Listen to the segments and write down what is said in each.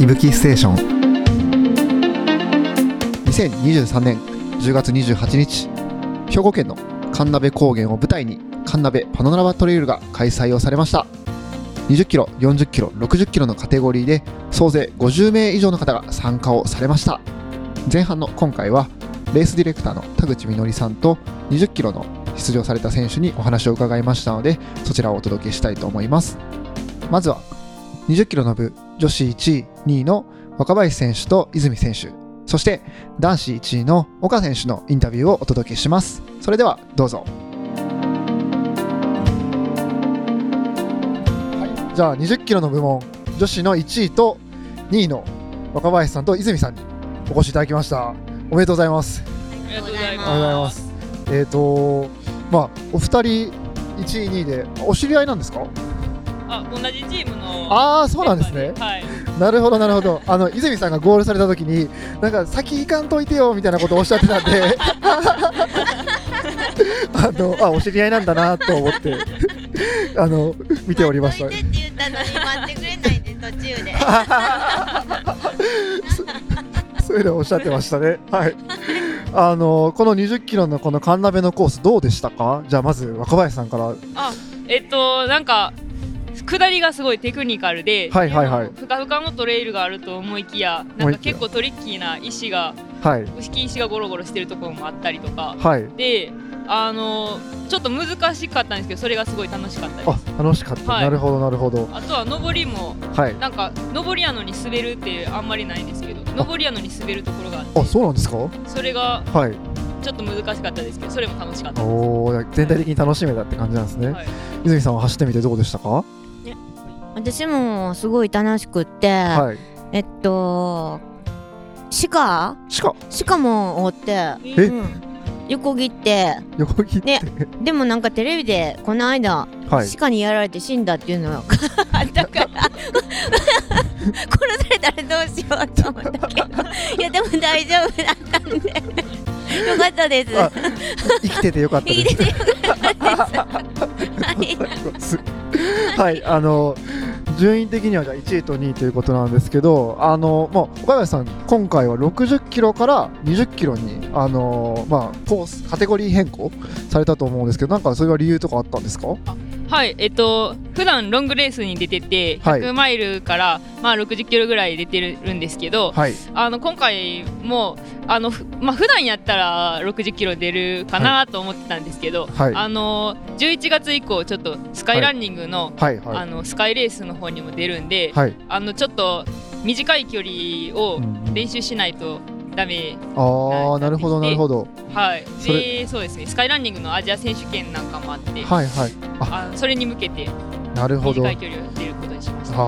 いぶきステーション2023年10月28日兵庫県の神鍋高原を舞台に神鍋パノラマトレイルが開催をされました20キロ40キロ60キロのカテゴリーで総勢50名以上の方が参加をされました前半の今回はレースディレクターの田口みのりさんと20キロの出場された選手にお話を伺いましたのでそちらをお届けしたいと思いますまずは20キロの部女子1位2位の若林選手と泉選手そして男子1位の岡選手のインタビューをお届けしますそれではどうぞ、はい、じゃあ20キロの部門女子の1位と2位の若林さんと泉さんにお越しいただきましたおめでとうございますありがとうございおはようございま。ますす。えっ、と、まあ、お二人、1位、2位で、お知り合いなんですか。あ、同じチームの。ああ、そうなんですね。はい。なるほど、なるほど。あの、泉さんがゴールされた時に、なんか先行かんといてよみたいなことをおっしゃってたんで。 あの、あ、お知り合いなんだなと思って。あの、見ておりました待。っといてって言ったのに待ってくれないで途中で。そういうのをおっしゃってましたね。はい。あの、この20キロのこの神鍋のコース、どうでしたか。じゃあ、まず若林さんから。えっと、なんか。下りがすごいテクニカルで、はいはいはいふかふかのトレイルがあると思いきや、なんか結構トリッキーな石が、はい。敷石がゴロゴロしてるところもあったりとか、はい。で、あのちょっと難しかったんですけど、それがすごい楽しかったです。あ、楽しかった。はいなるほど、なるほど。あとは上りも、はい。なんか上りやのに滑るってあんまりないんですけど、上りやのに滑るところがあって、あ、そうなんですか。はそれがい。ちょっと難しかったですけど、それも楽しかったです。おお、全体的に楽しめたって感じなんですね。はい泉さんは走ってみてどうでしたか。は 私もすごい楽しくって、い。えっと鹿しか、鹿もおって、えうん横切って横切って。ねでもなんかテレビでこの間、はい。鹿にやられて死んだっていうのが あったから 殺されたらどうしようと思ったけど いやでも大丈夫だったんで よかったです。あ生きててよかったいいで。ですすよかったです。はい はい、あの。順位的にはじゃあ1位と2位ということなんですけど、あのもう岡林さん、今回は60キロから20キロに、あのまあ、コース、カテゴリー変更されたと思うんですけど、なんかそれは理由とかあったんですかはい、えっと普段ロングレースに出ててはい100マイルから、まあ60キロぐらい出てるんですけど、はい、あの今回もあのふまあ普段やったら60キロ出るかなと思ってたんですけど、はいあの11月以降ちょっとスカイランニングの、はい、はあのスカイレースの方にも出るんで、い。はい、あのちょっと短い距離をうん練習しないとダメ。ああ、なるほど、なるほど。はい、それでそうですねスカイランニングのアジア選手権なんかもあって、はい、はい。あそれに向けてなるほど。短あい距離を出ることにしました。あ、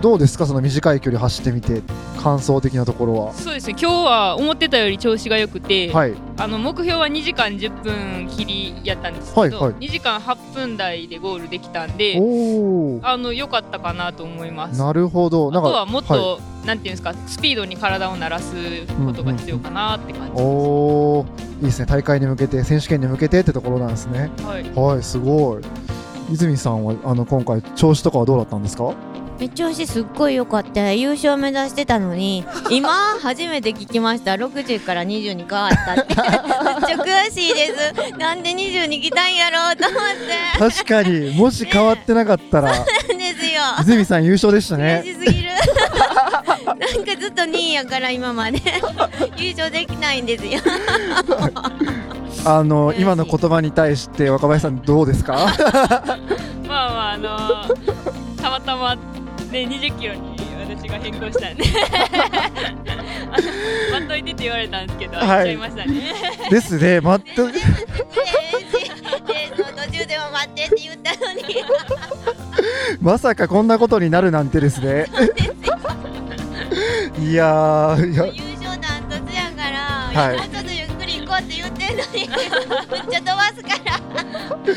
どうですか、その短い距離走ってみて、感想的なところは。そうですね今日は思ってたより調子が良くて、はい、あの目標は2時間10分切りやったんですけど、はいはい2時間8分台でゴールできたんでおお、あの良かったかなと思います。あなるほど、となんか。はもっと、はいなんていうんですかスピードに体を慣らすことが必要かなって感じです、おお、いいですね、大会に向けて、選手権に向けてってところなんですね。はい、はい、すごい。泉さんは、あの、今回、調子とかはどうだったんですか。め調子すっごい良かった優勝目指してたのに今初めて聞きました60から20に変わったってめっちゃ悔しいですなんで20に来たんやろうと思っ確かに、もし変わってなかったら、てですよ 泉さん優勝でした悔ね。しすぎるなんかずっと2位やから今まで優勝できないんですよあの、悔しい今の言葉に対して、若林さん、どうですか。まあまああの ーたまたまね20キロに私が変更した んであの待っといてって言われたんですけど、はい行っちゃいましたね ですね、待って。悔しいえーと途中でも待ってって言ったのに まさかこんなことになるなんてですね。いやー、いや、優勝ダントツやから、はいちょっとゆっくり行こうって言ってんの にめっちゃ飛ばすから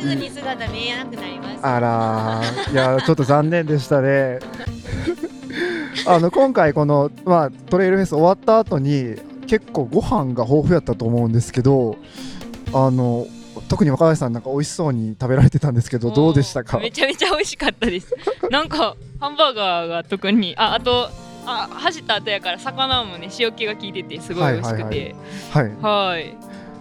すぐに姿見えなくなりますあらー、いやー、ちょっと残念でしたね。あの、今回、この、まあ、トレイルフェス終わった後に、結構ご飯が豊富やったと思うんですけど。あの、特に若林さん、なんか美味しそうに食べられてたんですけど、どうでしたか もう。めちゃめちゃ美味しかったですなんかハンバーガーが特にああとあ走った後やから魚もね塩気が効いててすごい美味しくてはいはい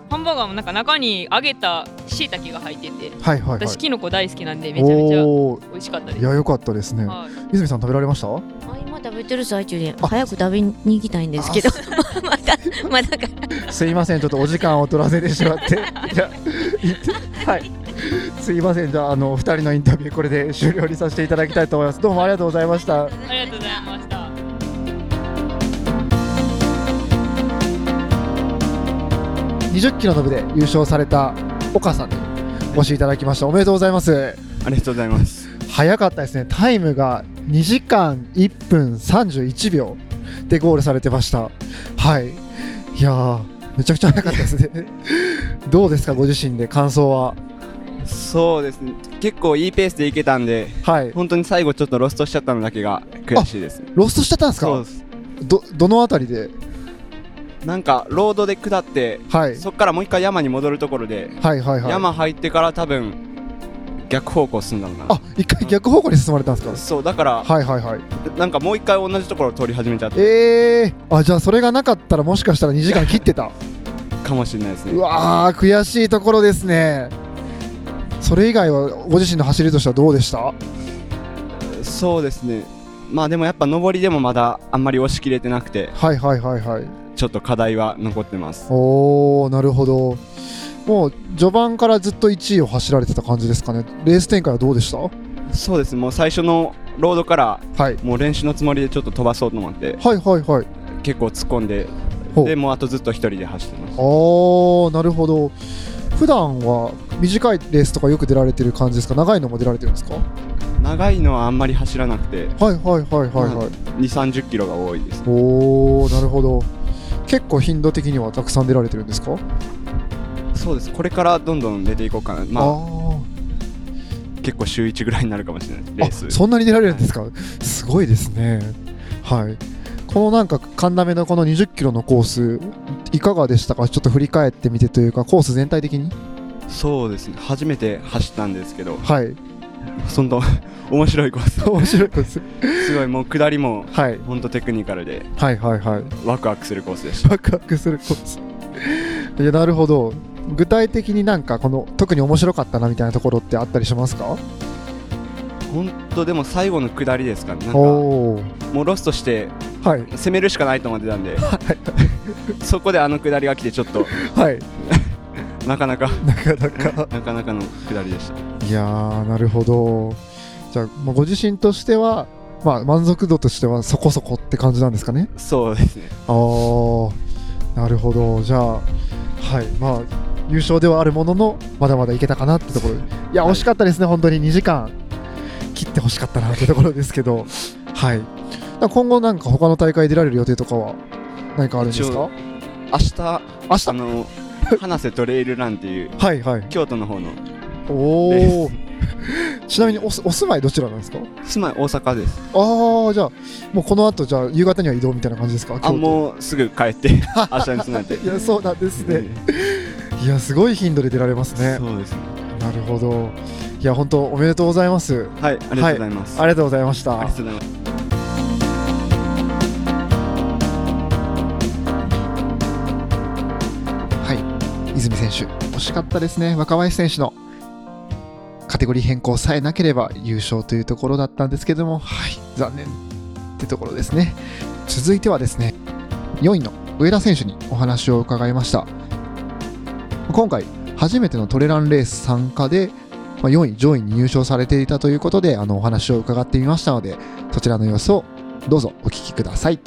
ハンバーガーもなんか中に揚げた椎茸が入っててはいはいは私いキノコ大好きなんでめちゃめちゃおお美味しかったでいすや良かったですねはい泉さん食べられましたはあ今食べてる最中であ早く食べに行きたいんですけど まだまだかすいません、ちょっとお時間を取らせてしまって、じゃあ、行って、はい。すいません、じゃあ、あの、二人のインタビュー、これで終了にさせていただきたいと思います。どうもありがとうございました。ありがとうございました20キロの部で優勝された岡さんにお越しいただきました。おめでとうございます。ありがとうございます。早かったですね。タイムが2時間1分31秒でゴールされてました。はい。いやー、めちゃくちゃ早かったですね。どうですか、ご自身で感想は。そうですね。結構いいペースでいけたんで、はい。本当に最後ちょっとロストしちゃったのだけが悔しいです。ロストしちゃったんですそうかです。ど、どのあたりでなんかロードで下って、はい。そっからもう一回山に戻るところで、はいはいはい。山入ってから多分逆方向進んだのかあ一回逆方向に進まれたんですな。かそうだから、はいはいはい。なんかもう一回同じところを通り始めちゃったえー、あじゃあそれがなかったらもしかしたら2時間切ってた。かもしれないですうね。わー、悔しいところですね。それ以外はご自身の走りとしてはどうでしたそうですね。まあでもやっぱ上りでもまだあんまり押し切れてなくて、はいはいはいはい。ちょっと課題は残ってます。おー、なるほど。もう序盤からずっと1位を走られてた感じですかね。レース展開はどうでしたはそうですね。もう最初のロードからい。もう練習のつもりでちょっと飛ばそうと思って、はいはいはい。結構突っ込んでほうでもうあとずっと一人で走ってますあー、なるほど。普段は短いレースとかよく出られてる感じですか長いのも出られてるんですかは長いのはあんまり走らなくていはいはいはいはい。 2 3 0キロが多いですおーなるほど結構頻度的にはたくさん出られてるんですか、そうですこれからどんどん出ていこうかなまーあ結構週1ぐらいになるかもしれないレースあそんなに出られるんですか、すごいですねはいこのなんか神田目のこの2 0キロのコースいかがでしたかちょっと振り返ってみてというかコース全体的にそうですね初めて走ったんですけど はい そんな面白いコース面白いコースすごいもう下りもはいほんとテクニカルではいはいはいワクワクするコースでしたワクワクするコース いやなるほど具体的になんかこの特に面白かったなみたいなところってあったりしますかほんとでも最後の下りですかねなんかもおおうロストしてはい攻めるしかないと思ってたんで そこであの下りが来てちょっとはいなかなかなかなかなかなかの下りでした いやーなるほどじゃあ、まあ、ご自身としては、まあ、満足度としてはそこそこって感じなんですかねそうですねあーなるほどじゃあはいまあ優勝ではあるもののまだまだいけたかなってとこ ろいやはい惜しかったですね、本当に2時間切ってほしかったなってところですけ どはいだから今後なんか他の大会出られる予定とかは何かあるんです一か応明日明あ日の花瀬トレイルランっていうはいはい京都の方のおおちなみにおお住まいどちらなんですか住まい大阪ですああじゃあもうこの後じゃあ夕方には移動みたいな感じですかあ京都もうすぐ帰って 明日につなんでいやそうなんですね、いやすごい頻度で出られますねそうですねなるほどいや本当おめでとうございますはいありがとうございまあす、りがとうございましたありがとうございますはい泉選手惜しかったですね若林選手のカテゴリー変更さえなければ優勝というところだったんですけどもはい残念ってところですね続いてはですね4位の上田選手にお話を伺いました今回初めてのトレランレース参加でまあ4位上位に入賞されていたということであのお話を伺ってみましたのでそちらの様子をどうぞお聞きください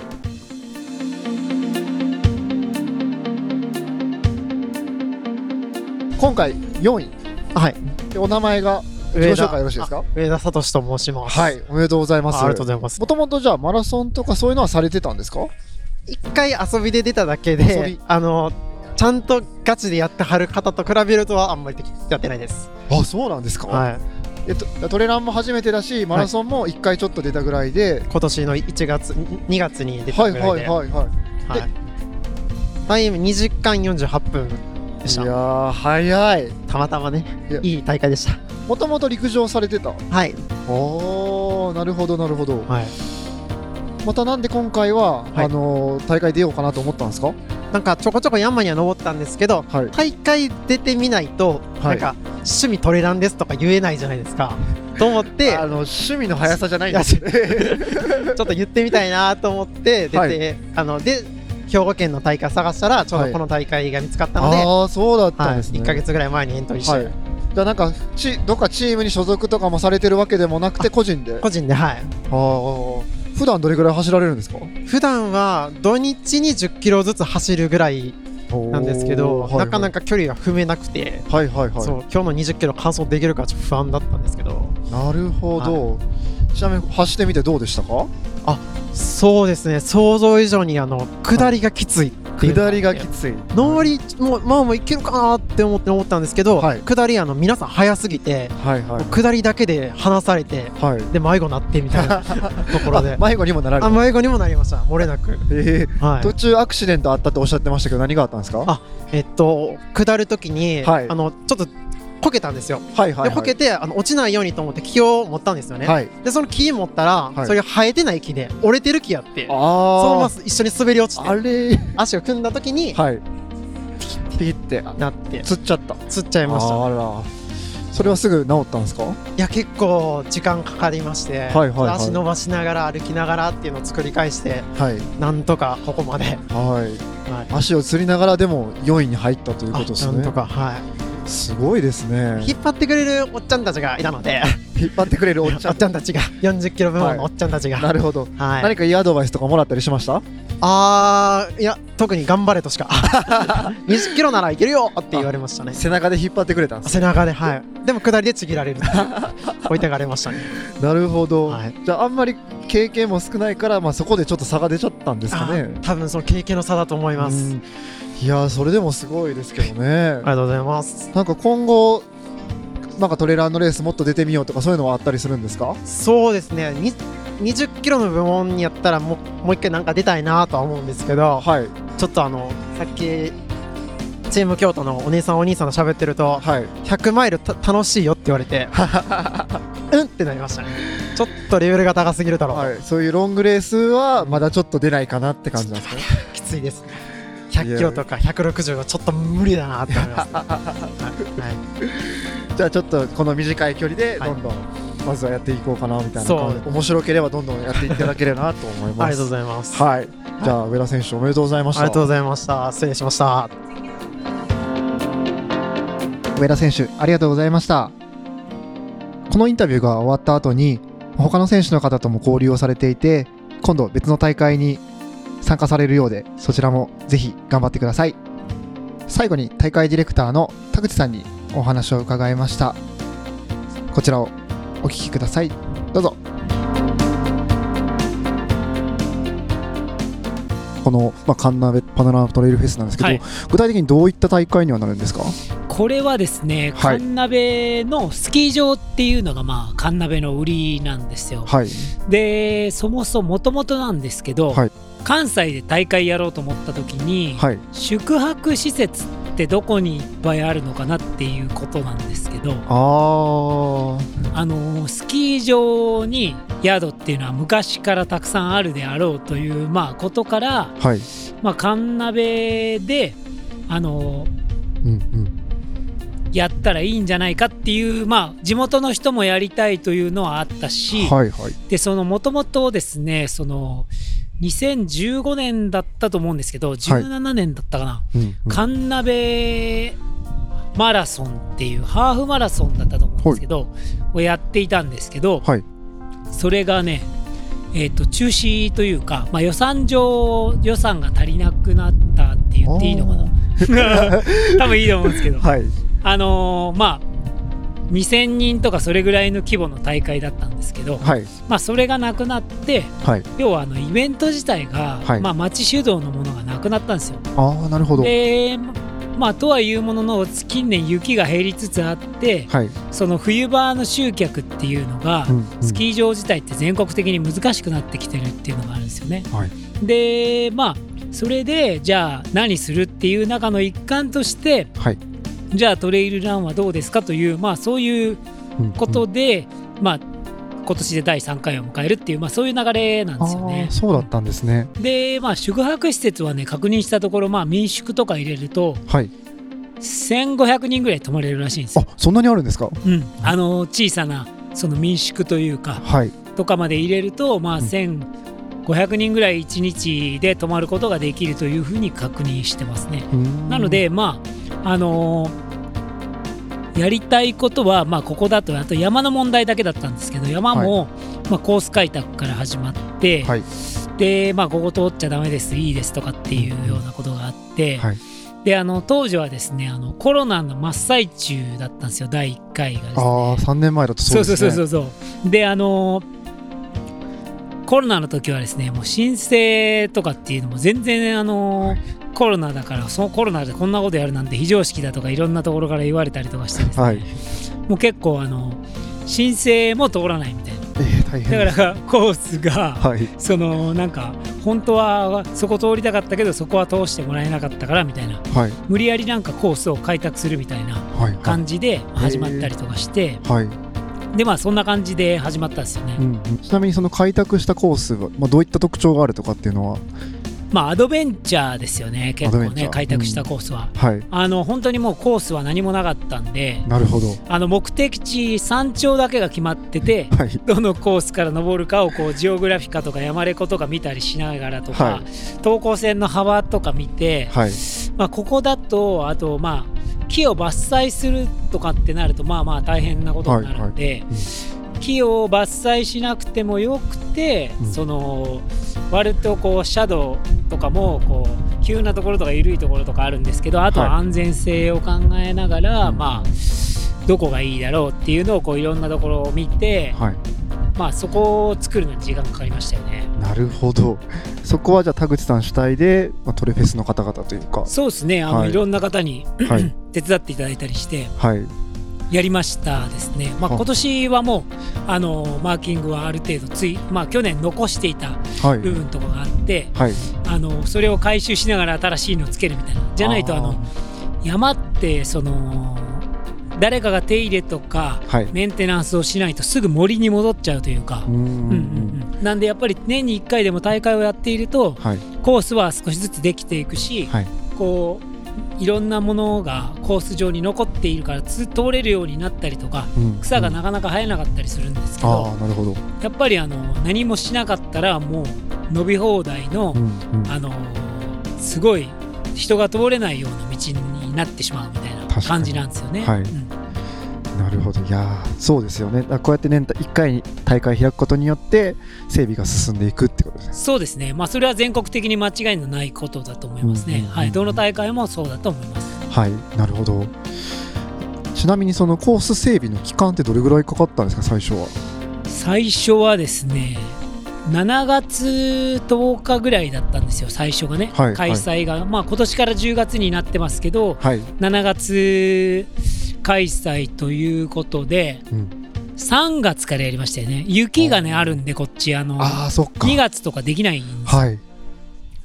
今回4位はい、でお名前が自己紹介よろしいですか上田聡と申します。はい、おめでとうございあます。ありがとうございますも。ともとじゃあマラソンとかそういうのはされてたんですか？一回遊びで出ただけ遊でび、あの、ちゃんとガチでやってはる方と比べるとはあんまりできやってないです。あ、そうなんですか。はい。えっとトレランも初めてだし、マラソンも一回ちょっと出たぐらいで、今年の1月、2月に出はたいぐはらいいで。はいはい。いはいタイム2時間48分でしいやた。ー早い。たまたまねいや、いい大会でした。もともと陸上されてた。はい。おお、なるほどなるほど。はい。またなんで今回は、はいあのー大会出ようかなと思ったんですかなんかちょこちょこ山には登ったんですけどはい大会出てみないと、はいなんか趣味トレランですとか言えないじゃないですかと思って あの趣味の速さじゃないいんでやすちょちょっと言ってみたいなと思って出て、はいあので兵庫県の大会探したらちょうどこの大会が見つかったので、はいああそうだったんですね、 1か月ぐらい前にエントリーして、はいじゃあなんかちどっかチームに所属とかもされてるわけでもなくて個人であ個人ではいあ普段どれぐらい走られるんですか普段は土日に1 0キロずつ走るぐらいなんですけど、なかなかか距離が踏めなくて、はいはいはいそう今日の2 0キロ完走できるかちょっと不安だったんですけどなるほど、ちなみに走ってみてどうでしたかそうですね想像以上にあの下りがきついっていうのあ下ってりがきつい上りもまあもういけるかなって思って思ったんですけど、はい下りあの皆さん早すぎて、はいはい下りだけで離されてはいで迷子になってみ たいなところであ迷子にもなられあた迷子にもなりました漏れなく、えーはい途、中アクシデントあったっておっしゃってましたけど何があったんですかあえっと下る時に、はいあのちょっとこけたんですよ、はいはいではこいけてあの落ちないようにと思って木を持ったんですよね、はいでその木持ったら、はいそれが生えてない木で折れてる木やってそのままあ一緒に滑り落ちあてあれ足を組んだ時に、はいピッてなって釣っちゃったつっちゃいましたあらそれはすぐ治ったんですかいや結構時間かかりましはて、いはいはい足伸ばしながら歩きながらっていうのを作り返してはいなんとかここまで、はい、はい足をつりながらでも4位に入ったというこあとですなんねとかはいすごいですね引っ張ってくれるおっちゃんたちがいたので引っ張ってくれるおっちおゃっんちゃんたちが40キロ部門のはおいっちゃんたち が、なるほどはい、何かいいアドバイスとかもらったりしましたあーいや特に頑張れとしか20キロならいけるよって言われ ましたね背中で引っ張ってくれたんです背中ではいでも下りでちぎられる 置いてかれましたねなるほど、はいじゃああんまり経験も少ないから、まあ、そこでちょっと差が出ちゃったんですかねあー多分その経験の差だと思います、うんいやーそれでもすごいですけどねありがとうございますなんか今後なんかトレーラーのレースもっと出てみようとかそういうのはあったりするんですかそうですねに20キロの部門にやったらもうもう一回なんか出たいなとは思うんですけどはいちょっとあのさっきチーム京都のお姉さんお兄さんと喋ってるとはい100マイルた楽しいよって言われて うんってなりましたねちょっとレベルが高すぎるだろう、はい、そういうロングレースはまだちょっと出ないかなって感じなんですね。きついですね100キロとか160はちょっと無理だなって思いますね、 はいじゃあちょっとこの短い距離ではいどんどんまずはやっていこうかなみたいなそう感じで面白ければどんどんやっていただければなと思い ありまがとうごす。ざいます。はい、じゃあ上田選手おめでとうございましありがとうた。ございました。失礼しました。上田選手ありがとうございました。このインタビューが終わった後に他の選手の方とも交流をされていて今度別の大会に参加されるようでそちらもぜひ頑張ってください最後に大会ディレクターの田口さんにお話を伺いましたこちらをお聞きくださいどうぞこの、まあ、カンナベパノラマトレイルフェスなんですけど、はい具体的にどういった大会にはなるんですかこれはですね、はい神鍋のスキー場っていうのが、まあ、神鍋の売りなんですよ。はいで、そもそももともとなんですけど、はい関西で大会やろうと思った時に、はい宿泊施設ってどこにいっぱいあるのかなっていうことなんですけど、ああはあのスキー場に宿っていうのは昔からたくさんあるであろうという、まあ、ことから、いまあ、神鍋で、あのうんうんやったらいいんじゃないかっていう、まあ、地元の人もやりたいというのはあったし、はいはいでそのもともとですねその2015年だったと思うんですけど17年だったかな、うんうん神鍋マラソンっていうハーフマラソンだったと思うんですけど、をやっていたんですけど、はいそれがね、えー、と中止というか、まあ、予算上予算が足りなくなったって言っていいのかな 多分いいと思うんです けど、はいあのーまあ2000人とかそれぐらいの規模の大会だったんですけど、はいまあ、それがなくなってはい要はあのイベント自体が、はいまあ、町主導のものがなくなったんですよ。ああなるほどはいでまあ、とはいうものの近年雪が減りつつあってその冬場の集客っていうのが、うんうんスキー場自体って全国的に難しくなってきてるっていうのがあるんですよね。はいでまあそれでじゃあ何するっていう中の一環として、はいじゃあトレイルランはどうですかという、まあ、そういううんうんことで、まあ今年で第3回を迎えるっていう、まあ、そういう流れなんですよねあー。そうだったんですねで、まあ、宿泊施設はね確認したところ、まあ、民宿とか入れるとはい1500人ぐらい泊まれるらしいんですよ。あそんなにあるんですかうん、あの小さなその民宿というかはいとかまで入れると、まあ、うん1500人ぐらい1日で泊まることができるというふうに確認してますね。ななので、まああのーやりたいことは、まあ、ここだとあと山の問題だけだったんですけど山も、まあ、コース開拓から始まって、はいで、まあ、ここ通っちゃダメですいいですとかっていうようなことがあって、はいであの当時はですねあのコロナの真っ最中だったんですよ第1回がですね。ああ3年前だとそそううですそねうそうそうそうであのコロナの時はですねもう申請とかっていうのも全然あの、コロナだからそのコロナでこんなことやるなんて非常識だとかいろんなところから言われたりとかしてですね、はいもう結構あの申請も通らないみたいなえー、大変だからコースが、はいそのなんか本当はそこ通りたかったけどそこは通してもらえなかったからみたいなはい無理やりなんかコースを開拓するみたいなはいはい感じで始まったりとかして、はい、でまあそんな感じで始まったんですよね。うんうん、ちなみにその開拓したコースは、まあ、どういった特徴があるとかっていうのはまあ、アドベンチャーですよね、結アドベ構ンチャねー、開拓したコースは。はいあの本当にもうコースは何もなかったんで、なるほどあの目的地、山頂だけが決まってて、はいどのコースから登るかをこうジオグラフィカとか山レコとか見たりしながらとか、はい等高線の幅とか見て、はいまあ、ここだと、あと、まあ、木を伐採するとかってなると、まあまあ大変なことになるんで、いうん木を伐採しなくてもよくて、うんその割とこうシャドウとかもこう急なところとか緩いところとかあるんですけどあとはは安全性を考えながら、うんまあどこがいいだろうっていうのをこういろんなところを見て、はいまあそこを作るのに時間かかりましたよね。なるほどそこはじゃあ田口さん主体で、まあ、トレフェスの方々というかそうですねあの、はいい、ろんな方にはい手伝っていただいたりしてはいやりましたですね、まあ、あ今年はもうあのマーキングはある程度つい、まあ、去年残していたはい部分とかがあって、はいあのそれを回収しながら新しいのをつけるみたいなじゃないとあの山ってその誰かが手入れとかはいうんメンテナンスをしないとすぐ森に戻っちゃうというか、うんうんうんうん、なんでやっぱり年に1回でも大会をやっているとはいコースは少しずつできていくし、はいこういろんなものがコース上に残っているからつ通れるようになったりとかうん草がうんなかなか生えなかったりするんですけあど、あなるほどやっぱりあの何もしなかったらもう伸び放題の、うんうんあのーすごい人が通れないような道になってしまうみたいな確かに感じなんですよね。はいうんなるほどいやーそうですよねだからこうやって年1回に大会開くことによって整備が進んでいくってことですねそうですね、まあ、それは全国的に間違いのないことだと思いますうんうねんう。んはい、どの大会もそうだと思います。はいなるほどちなみにそのコース整備の期間ってどれぐらいかかったんですか最初は最初はですね7月10日ぐらいだったんですよ、最初がね、はい開催が、まあ今年から10月になってますけど、はい7月開催ということで、うん3月からやりましたよね、雪がね、あるんで、こっち、あのああそっか2月とかできないんですよはい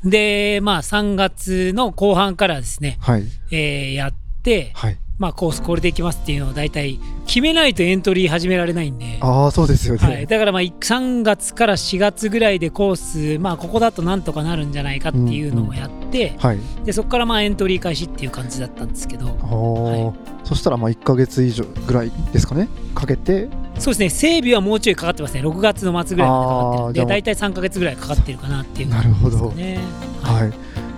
で、まあ、3月の後半からですね、はいえーやって、はいまあ、コースこれでいきますっていうのを大体決めないとエントリー始められないんで、ああそうですよね、はい、だから、まあ、3月から4月ぐらいでコース、まあ、ここだとなんとかなるんじゃないかっていうのをやって、はいでそこからまあエントリー開始っていう感じだったんですけど、おーそしたらまあ1か月以上ぐらいですかねかけてそうですね、整備はもうちょいかかってますね、6月の末ぐらいまでかかってるんあーじゃあで、もう大体3か月ぐらいかかってるかなっていうなるほど感じですかね。はい、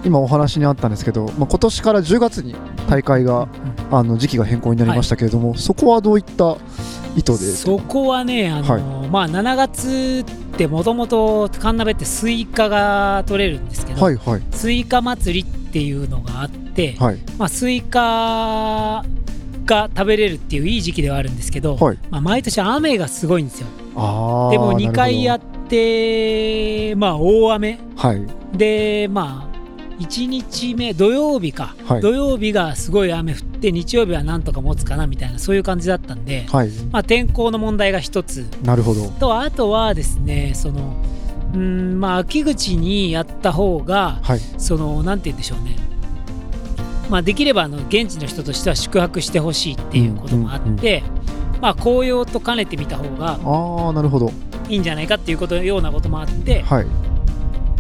今お話にあったんですけど、まあ、今年から10月に大会が、あの時期が変更になりましたけれども、そこはどういった意図でそこはね、あのまあ、7月ってもともと神鍋ってスイカが取れるんですけど、はいはいスイカ祭りっていうのがあって、はいまあ、スイカが食べれるっていういい時期ではあるんですけど、はいまあ、毎年雨がすごいんですよああでも2回やって、まあ、大雨はいでまあ1日目土曜日か、はい土曜日がすごい雨降って日曜日はなんとか持つかなみたいなそういう感じだったんで、はいまあ、天候の問題が一つなるほどとあとはですねそのうーんまあ秋口にやった方がはいそのなんて言うんでしょうねまあできればあの現地の人としては宿泊してほしいっていうこともあって、まあ、紅葉と兼ねてみた方がああなるほどいいんじゃないかっていうことようなこともあってはい、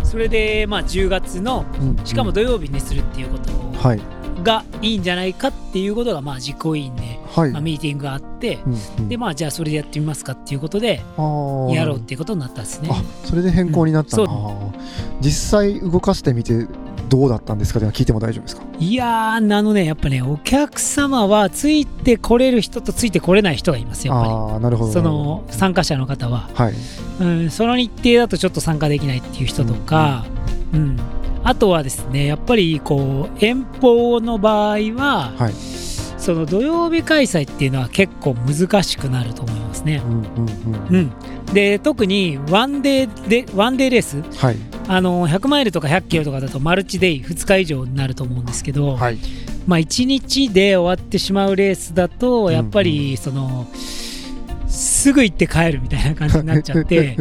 それでまあ10月のうんしかも土曜日にするっていうことはいがいいんじゃないかっていうことがまあ実行委員で、はい、まあ、ミーティングがあってうんうんでまあじゃあそれでやってみますかっていうことであーやろうっていうことになったんですね。あそれで変更になったな、うんそ実際動かしてみてどうだったんですかでは聞いても大丈夫ですかいやーあのねやっぱねお客様はついてこれる人とついてこれない人がいますやっぱああーなるほりどそのなる参加者の方は、ほどはいうん、その日程だとちょっと参加できないっていう人とか、うんあとはですねやっぱりこう遠方の場合は、はいその土曜日開催っていうのは結構難しくなると思いますね。うんうんうんうん、で特にワンデーでワンデーレースはいあの100マイルとか100キロとかだとマルチデイ2日以上になると思うんですけど、はいまあ、1日で終わってしまうレースだとやっぱりその、すぐ行って帰るみたいな感じになっちゃって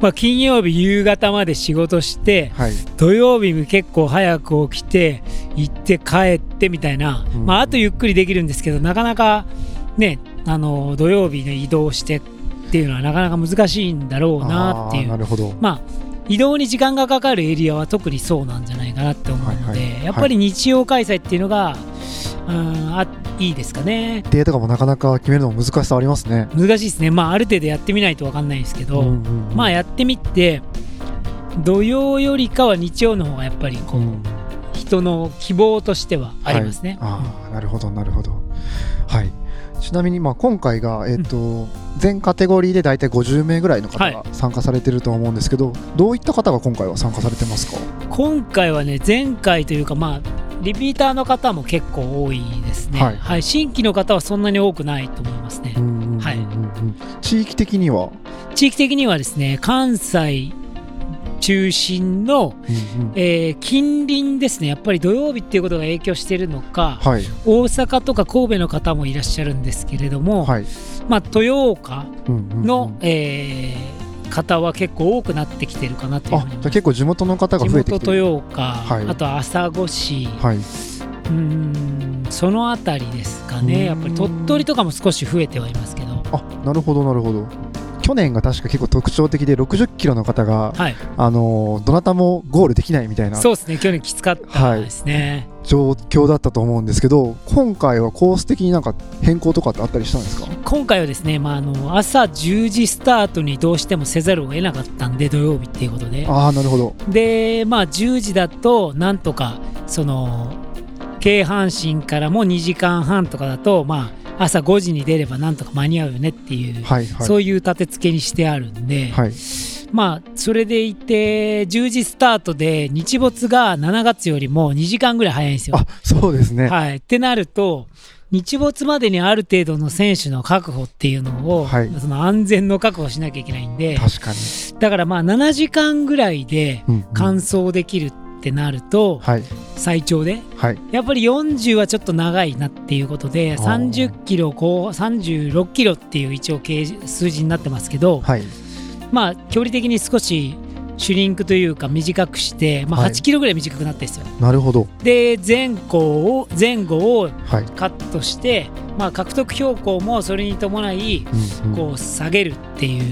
まあ金曜日夕方まで仕事してはい土曜日も結構早く起きて行って帰ってみたいな、うんまあ、あとゆっくりできるんですけどなかなかねあの土曜日の移動してっていうのはなかなか難しいんだろうなっていあーうなるほどまあ、移動に時間がかかるエリアは特にそうなんじゃないかなって思うので、はいはいやっぱり日曜開催っていうのが、うんあいいですかね。データがもなかなか決めるのも難しさありますね難しいですね、まあ、ある程度やってみないと分かんないですけど、うんうんうんまあやってみて土曜よりかは日曜の方がやっぱりこう、うん人の希望としてはありますはね。い、ああなるほどなるほどはいちなみにまあ今回が、えっと全カテゴリーで大体50名ぐらいの方はが参加されてると思うんですけど、どういった方が今回は参加されてますか今回はね前回というかまあリピーターの方も結構多いですね、はいはい、新規の方はそんなに多くないと思いますね。うんうんうんうんはい地域的には、地域的にはですね関西中心の、うんうんえー近隣ですねやっぱり土曜日っていうことが影響しているのか、はい大阪とか神戸の方もいらっしゃるんですけれども、はいまあ、豊岡うんうんうんの、えー方は結構多くなってきてるかなというあふじゃあうに思います結構地元の方が地増えて元きてる豊岡、はいあと朝来市、はい、うーんその辺りですかうーんねやっぱり鳥取とかも少し増えてはいますけど、あなるほどなるほど去年が確か結構特徴的で60キロの方が、はい、あのーどなたもゴールできないみたいなそうですね去年きつかったですね。状況だったと思うんですけど今回はコース的になんか変更とかってあったりしたんですか今回はですね、まあ、あの朝10時スタートにどうしてもせざるを得なかったんで土曜日っていうことでああなるほどで、まあ、10時だとなんとかその京阪神からも2時間半とかだと、まあ、朝5時に出ればなんとか間に合うよねっていう、はいはいそういう立て付けにしてあるんで、はいまあそれでいて10時スタートで日没が7月よりも2時間ぐらい早いんですよ。あそうですねははい、ってなると日没までにある程度の選手の確保っていうのを、はいその安全の確保しなきゃいけないんで確かに、だからまあ7時間ぐらいでうんうん完走できるってなると、はい最長ではいやっぱり40はちょっと長いなっていうことであー30キロこう36キロっていう一応計数字になってますけど、はいまあ距離的に少しシュリンクというか短くして、まあ、はい8キロぐらい短くなってるんですよ。なるほどで前後を前後をはい、カットして、まあ、獲得標高もそれに伴いうんうんこう下げるっていう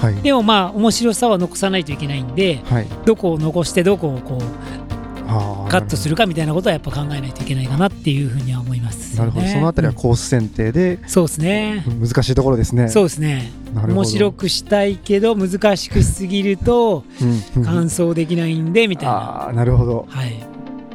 はいでもまあ面白さは残さないといけないんではいどこを残してどこをこうあーカットするるかみたいなことはやっぱ考えないといけないかなっていうふうには思います、ね、なるほどそのあたりはコース選定でうんそうですね難しいところですねそうですねなるほど面白くしたいけど難しくしすぎるとうんうん完走できないんでみたいな、ああなるほどはい、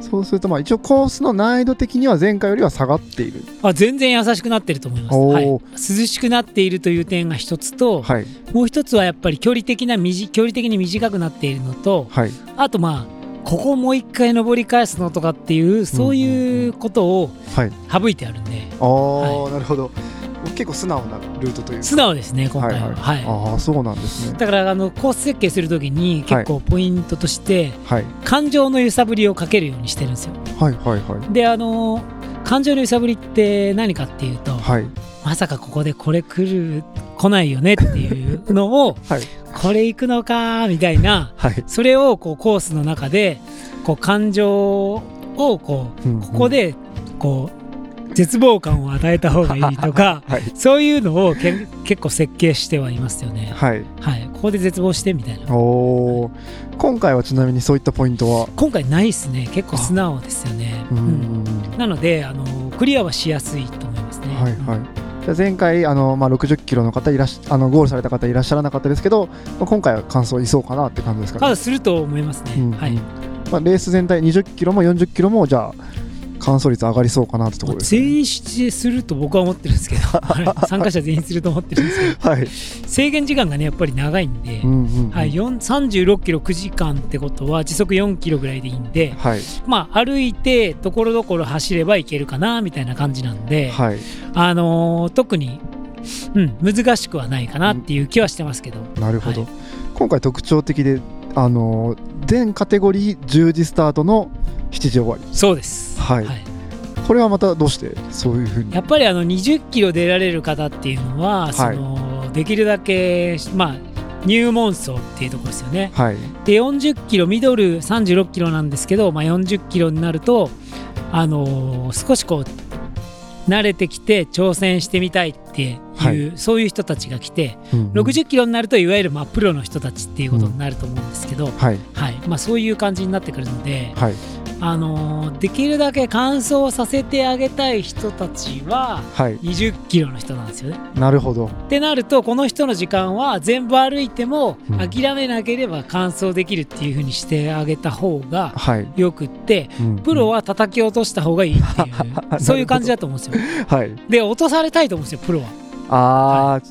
そうするとまあ一応コースの難易度的には前回よりは下がっているあ全然優しくなってると思います、おーはい、涼しくなっているという点が一つと、はいもう一つはやっぱり距離的な短距離的に短くなっているのとはいあとまあここもう一回登り返すのとかっていうそういうことをはい省いてあるんでああ、はなるほど結構素直なルートというか素直ですね今はい回はい、は、はいああそうなんですねだからあのコース設計するときに結構ポイントとしてはい感情の揺さぶりをかけるようにしてるんですよはいはいはいであの感情の揺さぶりって何かっていうと、はいまさかここでこれ来る来ないよねっていうのを はいこれ行くのかーみたいなはい、それをこうコースの中でこう感情をこううんうんここでこう絶望感を与えた方がいいとか はいそういうのをけん結構設計してはいますよね。はいはい、ここで絶望してみたいな。おお今回はちなみにそういったポイントは今回ないですね結構素直ですよね。うーうんんなのであのクリアはしやすいと思いますね。はいはいじゃあ前回あの、まあ、60キロの方いらっしあのゴールされた方いらっしゃらなかったですけど、まあ今回は感想いそうかなって感じですかあね、すると思いますね。うんうんはい。まあ、レース全体20キロも40キロもじゃあ完走率上がりそうかなってところです、全員してすると僕は思ってるんです けど、はい参加者全員すると思ってるんですけどはい、制限時間がねやっぱり長いんで、うんうんうんはい、4 36キロ9時間ってことは時速4キロぐらいでいいんで、はいまあ、歩いてところどころ走ればいけるかなみたいな感じなんで、はいあのー特に、うん、難しくはないかなっていう気はしてますけど、なるほど、は今回特徴的であのー全カテゴリー10時スタートの7時終わりそうです、はいこれはまたどうしてそういうふうにやっぱりあの20キロ出られる方っていうのは、いそのできるだけ、まあ、入門層っていうところですよね。はいで40キロミドル36キロなんですけど、まあ、40キロになると、あのー少しこう慣れてきて挑戦してみたいっていう、はいそういう人たちが来てうんうん60キロになるといわゆるまあプロの人たちっていうことになると思うんですけど、はいはいまあ、そういう感じになってくるので、はいあのーできるだけ完走させてあげたい人たちははい20キロの人なんですよね。なるほどってなるとこの人の時間は全部歩いてもうん諦めなければ完走できるっていう風にしてあげた方がはい、よくってうんプロは叩き落とした方がいいってい うそういう感じだと思うんですよ。はいで落とされたいと思うんですよプロは。ああ、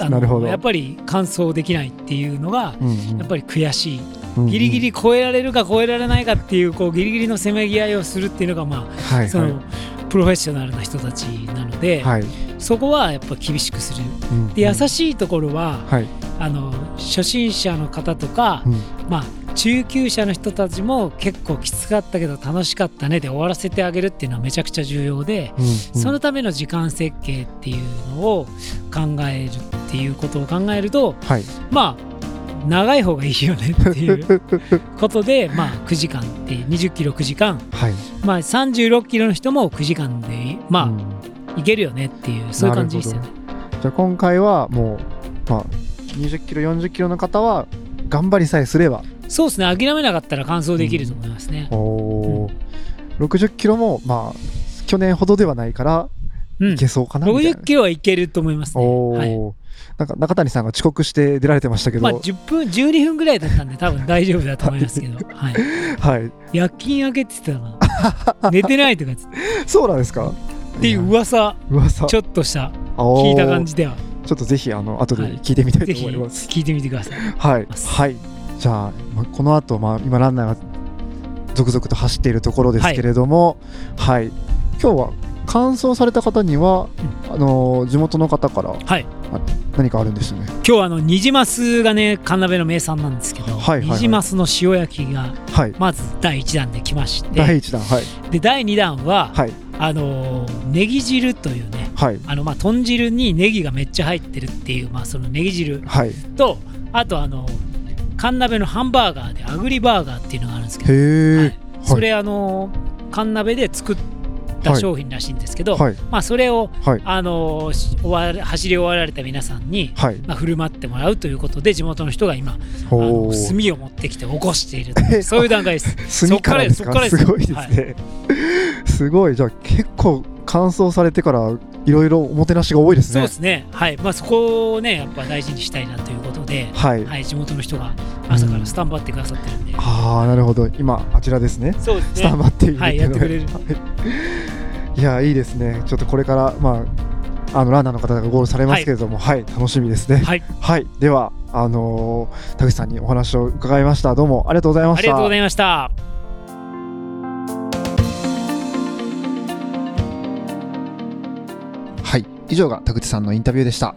あのなるほどやっぱり完走できないっていうのがうんやっぱり悔しいうんギリギリ超えられるか超えられないかっていうこうギリギリのせめぎ合いをするっていうのがまあはいそはいのプロフェッショナルな人たちなのではいそこはやっぱ厳しくする。うんで優しいところははいあの初心者の方とか、うんまあ、中級者の人たちも結構きつかったけど楽しかったねで終わらせてあげるっていうのはめちゃくちゃ重要で、うんそのための時間設計っていうのを考えるっていうことを考えるとはいまあ長い方がいいよねっていうこ とでまあ9時間って20キロ9時間、はいまあ、36キロの人も9時間でうまんあ、いけるよねっていうそういう感じですよね。じゃあ今回はもうまあ20キロ40キロの方は頑張りさえすればそうですね諦めなかったら完走できると思いますね。お60キロもまあ去年ほどではないからうんいけそうかなみたいな、 60キロはいけると思いますね。おお、はいなんか中谷さんが遅刻して出られてましたけど、まあ10分12分ぐらいだったんで多分大丈夫だと思いますけ ど、はい、はい夜勤明けって言ってたな寝てないとかっつってそうなんですかってい う噂噂ちょっとしたおー聞いた感じではちょっとぜひあの後ではい聞いてみたいぜとひ思います、聞いてみてくださいはい、ますはい、じゃあ、まあ、この後、まあ、今ランナーが続々と走っているところですけれども、はい、今日は完走された方には、あのー地元の方からはい何かあるんですよね。今日あのニジマスがね神鍋の名産なんですけど、はいはいはいニジマスの塩焼きがはい、まず第1弾で来まして第一弾、はい、で第2弾は、はいあのーネギ汁というねはい、あのまあ豚汁にネギがめっちゃ入ってるっていう、まあ、そのネギ汁はい、へとあとあのカンナベのハンバーガーでアグリバーガーっていうのがあるんですけど、はいえ、それあのカンナベで作った商品らしいんですけど、はい、まあ、それをはい、あのし終わら走り終わられた皆さんに、はい、まあ、振る舞ってもらうということで地元の人が今あおのお、炭を持ってきて起こしていると いうそういう段階です炭からですそっかか、らですすそっごかいらですですね。 すごい、じゃあ、結構完走されてから、いろいろおもてなしが多いですそうねで。すねはい、まあ、そこをねやっぱ大事にしたいなということで、はい、はい、地元の人が朝からスタンバってくださってるんで、ああ、なるほど、今あちらですね。そうですスタンバっているはいやってくれるはいいやいいですねちょっとこれからまああのランナーの方がゴールされますけれどもはい、楽しみですねはいはいではあのー田口さんにお話を伺いましたどうもありがとうございまあしりがたとうございました。はい以上が田口さんのインタビューでした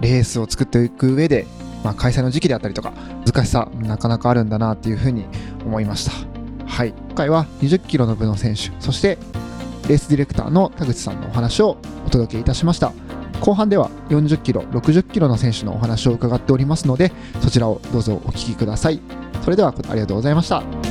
レースを作っていく上で、まあ、開催の時期であったりとか難しさなかなかあるんだなっていうふうに思いましたはい今回は2 0キロの部の選手そしてレースディレクターの田口さんのお話をお届けいたしました後半では4 0キロ6 0キロの選手のお話を伺っておりますのでそちらをどうぞお聞きくださいそれではありがとうございました